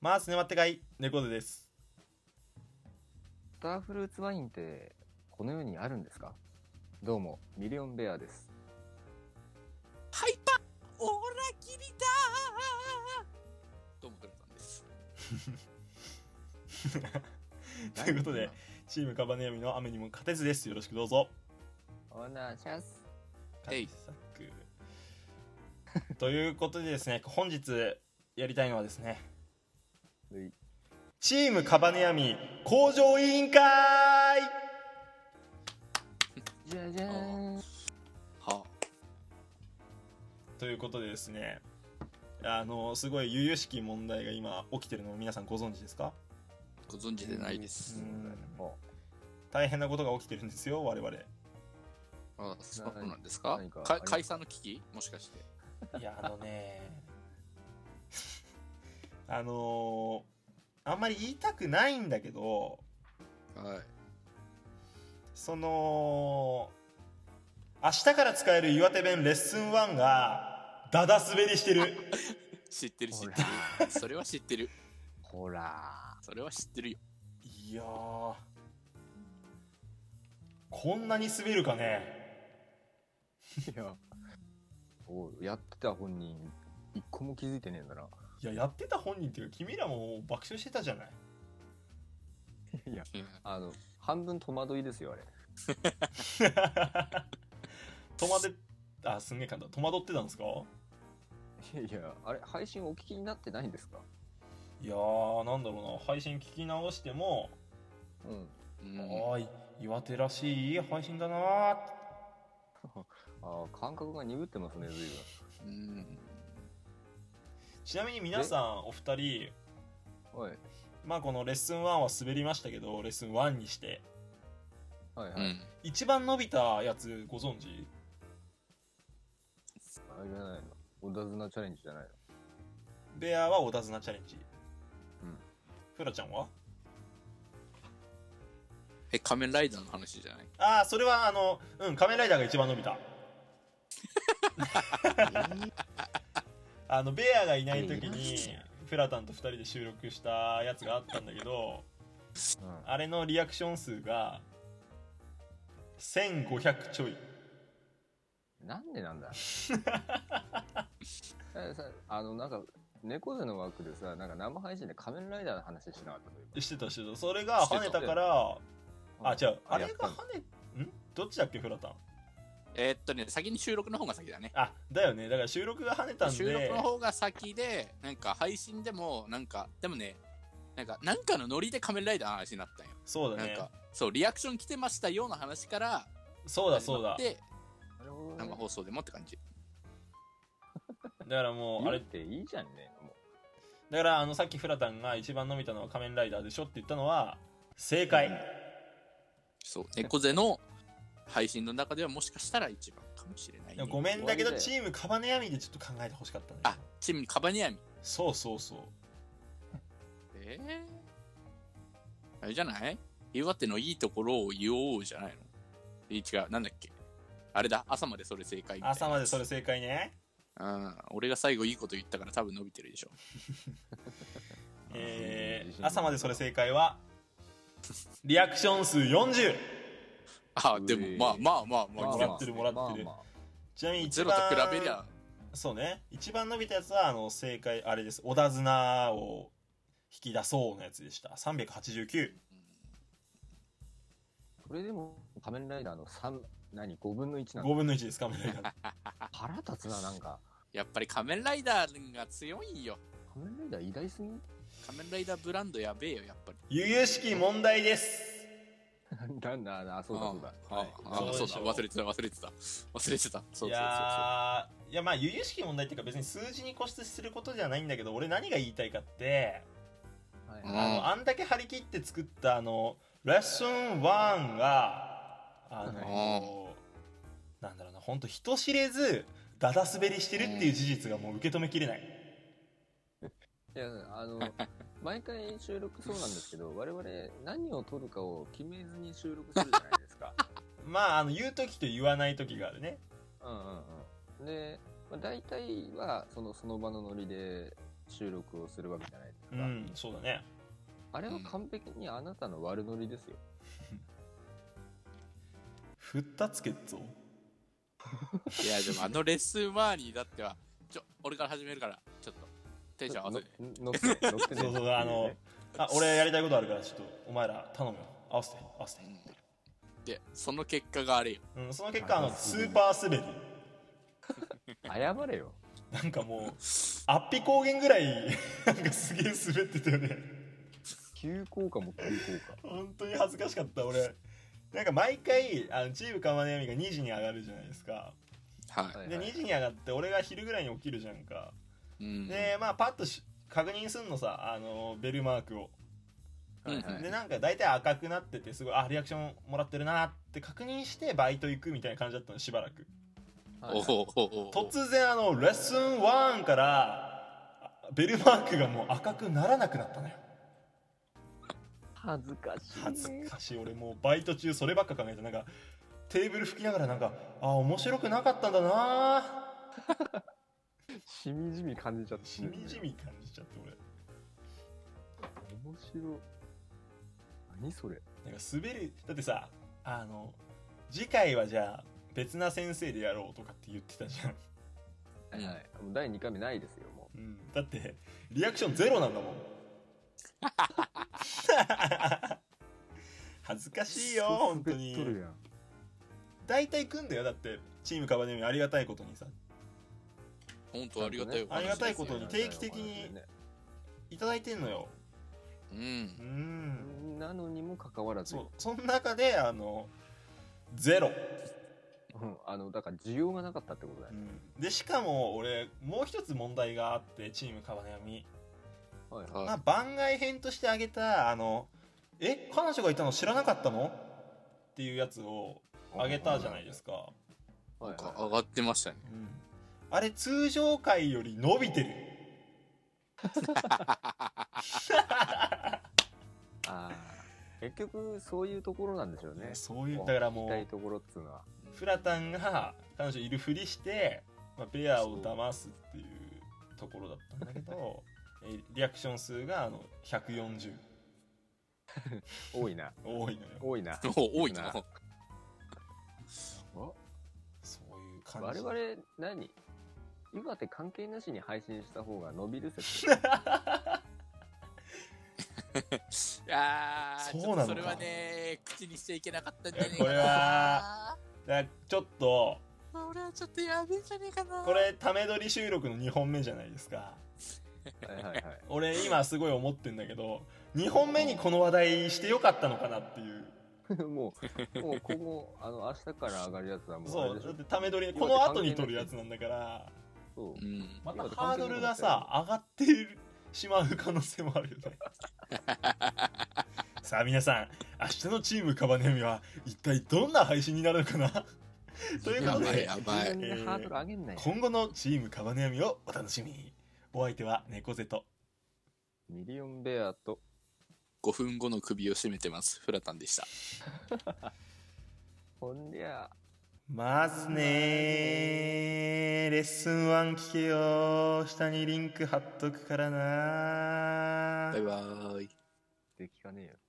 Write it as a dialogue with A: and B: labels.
A: まあ、すねまってかい、猫背です。
B: スターフルーツワインってこの世にあるんですかどうもミリオンベアです
C: はいたオーラキリだーどうも、トルさんです。
A: ということで、チームカバネヤミの雨にも勝てずです。よろしくどうぞ。
B: おなしゃす
A: 対策ということでですね、本日やりたいのはですね、
B: はい
A: チームカバネヤミ工場委員会
B: じゃじゃーん
C: は
A: ということでですね、あの、すごい由々しき問題が今起きてるのを皆さんご存知ですか
C: あ、ご存知でないです。
B: お
A: 大変なことが起きてるんですよ、我々。
C: あ、そうなんですか
B: 何かあ
C: か
B: ります
C: 解散の危機もしかして。
A: いや、あのね、あのあんまり言いたくないんだけど、
C: はい。
A: その、明日から使える岩手弁レッスン1が、だだ滑りしてる。
C: 知ってる、知
B: ほ
C: っ
B: ら
C: てる。それは知ってる。
B: ほら
C: それは知ってるよ。
A: いやー、こんなに滑るかね。
B: いやおやってた本人一個も気づいてねえんだない
A: や、やってた本人っていうか、君らも爆笑してたじゃない。
B: あの半分戸惑いですよあれ
A: 戸惑っ、あ、すんげえ簡単。戸惑ってたんですか
B: いやいやあれ配信お聞きになってないんですか
A: いやー、なんだろうな、配信聞き直しても、
B: うん
C: うん。
A: おーい、岩手らしい配信だなーって
B: あー感覚が鈍ってますね随分
C: うん。
A: ちなみに皆さん、お二人、
B: はい
A: まあこのレッスン1は滑りましたけど、レッスン1にして。
B: はいは
C: う
B: い、
C: ん。
A: 一番伸びたやつご存知
B: あれじゃないのおだずなチャレンジじゃないの
A: ベアはオダズナチャレンジ。
B: うん。
A: フラちゃんは
C: え、仮面ライダーの話じゃない
A: ああ、それはあの、うん、仮面ライダーが一番伸びた。あの、ベアがいない時に、フラタンと二人で収録したやつがあったんだけど、
B: うん
A: あれのリアクション数が、1500ちょい。
B: なんで なんだえさあのなんか猫背の枠でさなんか生配信で仮面ライダーの話しなかったというか
A: してたしてた。それが跳ねたから、あ、違う。あれ
B: やっ
A: が
B: た
A: 跳
B: の
A: ね、んどっちだっけ、フラタン。
C: えーっとね、先に収録の方が先だね。
A: あ、だよね。だから収録が跳ねたんで。
C: 収録の方が先で、なんか配信でも、なんか、でもね、なんか、なんかのノリで仮面ライダーの話になったんよ。
A: そうだ
C: なん
A: ね。
C: か、そう、リアクション来てましたような話から、
A: そうだそうだ。
C: で、
B: なるほど、
C: 生
B: ね、
C: 放送でもって感じ。
A: だからもう、あ
B: あれ
A: れ
B: っ、ていいじゃんねも
A: だからあの、さっきフラタンが一番伸びたのは仮面ライダーでしょって言ったのは、正解。
C: そう、猫背の配信の中ではもしかしたら一番かもしれない、
A: で
C: ね
A: も。ごめんだけど、
B: 終わりだよ
A: チームカバネヤミでちょっと考えてほしかったね。
C: あ、チームにカバニアミ。
A: そうそうそう。
C: えー、あれじゃない岩手のいいところを言おうじゃないのえ違う、なんだっけあれだ、朝までそれ正解みたいな
A: 朝までそれ正解ね。
C: うん、俺が最後いいこと言ったから多分伸びてるでしょ。
A: え
B: 自信
A: ー、
B: ない
A: 朝までそれ正解は、リアクション数40。
C: あ、
B: うえ
C: でもまあまあまあまあ、
A: もらってるもらってる
B: まあま
A: ちなみに一
C: ゼロと
A: 番、
C: 比べりゃ、
A: そうね。一番伸びたやつは、あの、正解、あれです。小田綱を引き出そうのやつでした。389。
B: あそれでも仮面ライダーの三何5分の1なんだ
A: 5分の1です、仮面ライダー。
B: 腹立つななんか
C: やっぱり仮面ライダーが強いよ。
B: 仮面ライダー偉大すぎん
C: 仮面ライダーブランドやべえよ、やっぱり。
A: 悠々しき問題です。
B: なんだなそうだそうだ
C: あ、
B: はい
C: ああ
A: そ
C: そう
A: でしょ
C: うだ忘れてた忘れてた忘れてたそうそうそうそう
A: いやーいやまあ悠々しき問題っていうか別に数字に固執することじゃないんだけど俺何が言いたいかって、
B: はい
C: うん
A: あのあんだけ張り切って作ったあのレッスン1があのなんだろうな本当人知れずだだ滑りしてるっていう事実がもう受け止めきれない
B: いやあの毎回収録そうなんですけど我々何を撮るかを決めずに収録するじゃないですか
A: まああの言う時と言わない時があるね
B: うんうんうんで、まあ、大体はそのその場のノリで収録をするわけじゃないです
A: う
B: か。
A: んそうだね
B: あれは完璧にあなたの悪ノリですよ。
A: ふったつけっぞ
C: いや、でもあのレッスン前に、だっては、ちょ、俺から始めるから、ちょっと、テンション合わせて。
B: 乗って、乗ってねっていね。
A: そうそうあのあ俺やりたいことあるからちょっとお前ら頼むよ合わせて合わせて、
C: で、その結果があれよ。
A: うん、その結果あのスーパー滑り
B: 謝れよ。
A: なんかもうアッピ高原ぐらい なんかすげえ滑ってたよね
B: 急降下も急降
A: 本当に恥ずかしかった俺なんか毎回あのチーム釜の闇が2時に上がるじゃないですか
C: は
B: 下。はい
A: で
B: はい
A: 2時に上がって俺が昼ぐらいに起きるじゃんか
C: い。うん。
A: でまあパッとし確認すんのさあのベルマークを
C: うんうん
A: でなんか大体赤くなっててすごいあリアクションもらってるなって確認してバイト行くみたいな感じだったのしばらく
B: はい
C: おおおお
A: 突然あのレッスン1からあベルマークがもう赤くならなくなったのよ
B: 恥ずかしいね。
A: 恥ずかしい俺もうバイト中そればっか考えてなんかテーブル拭きながらなんかあ面白くなかったんだな
B: しみじみ感じちゃって。
A: しみじ。み感じちゃって俺
B: 面白い。何それ。
A: なんか滑るだってさあの次回はじゃあ別な先生でやろうとかって言ってた じゃん、
C: うん
B: はい。もう第2回目ないですよ、も
A: うん、だってリアクションゼロなんだ もん恥ずか
B: う。
A: しいよ
B: クソ
A: 本当
B: 滑っとる
A: に
B: やん。
A: 大体来んだよだってチームカバネミありがたいことにさ
C: 本当ありがたいお話
A: ありがたいことに
C: です
A: 定期的にいただいてんのよ
C: よ
A: う
C: うん。
A: ん
B: なのにもかかわらず
A: そう、その中で、あの、ゼロ。
B: うんあのだから需要がなかったってことだよね、
A: で、しかも、俺、もう一つ問題があって、チーム川み
B: はいはい
A: ま
C: は
A: あ、番外編として挙げた、あの、え、彼女がいたの知らなかったのっていうやつを挙げたじゃないですか。
C: い。
B: はい
C: なんか
B: は
C: 上がってましたね。
A: うんあれ、通常回より伸びてる。
B: い、あー結局そういうところなんでしょうね
A: そういう、だからも、
B: 行きたいうところっつうのは
A: フラタンが彼女いるふりして、まあ、ベアを騙すっていうところだったんだけど、えリアクション数があの140。
B: 多いな
A: 多いのよ
B: 多いな
C: お多いな。
A: そういう感
B: 我
A: じ
B: 々何岩手関係なしに配信した方が伸び る説
C: あー、ち
A: そう
C: ょっ
A: なのか
C: とそれはね、口にしちゃいけなかったんじゃねえ
A: こ
C: か
A: れ
C: な。
A: はだからちょっと
C: 俺はちょっとやべえんじゃねえかな。
A: これため撮り収録の2本目じゃないですか
B: はいはいはい
A: 俺今すごい思ってんだけど2本目にこの話題してよかったのかなっていう
B: もうもう今後あの明日から上がるやつはもうあ
A: そ
B: れ
A: う
B: でし
A: だ
B: ょ
A: ってため撮りこの後に撮るやつなんだから
B: そう
C: うん。
A: また
B: 今で
A: ハー
B: 関係な
A: ド
B: い
A: ルがさ上がってしまう可能性もあるよ ねさあ皆さん明日のチームカバネミは一体どんな配信になるのかなということ
C: やばい
A: で
C: やばい
B: 自分でハードル上げんなよ、
A: 今後のチームカバネアミをお楽しみにお相手は猫背と
B: ミリオンベアと
C: 5分後の首を絞めてます。フラタンでした。
B: ほんりゃ
A: まずねーレッスン1聞けよ下にリンク貼っとくからな
C: バイバーイ。
B: できかねえよ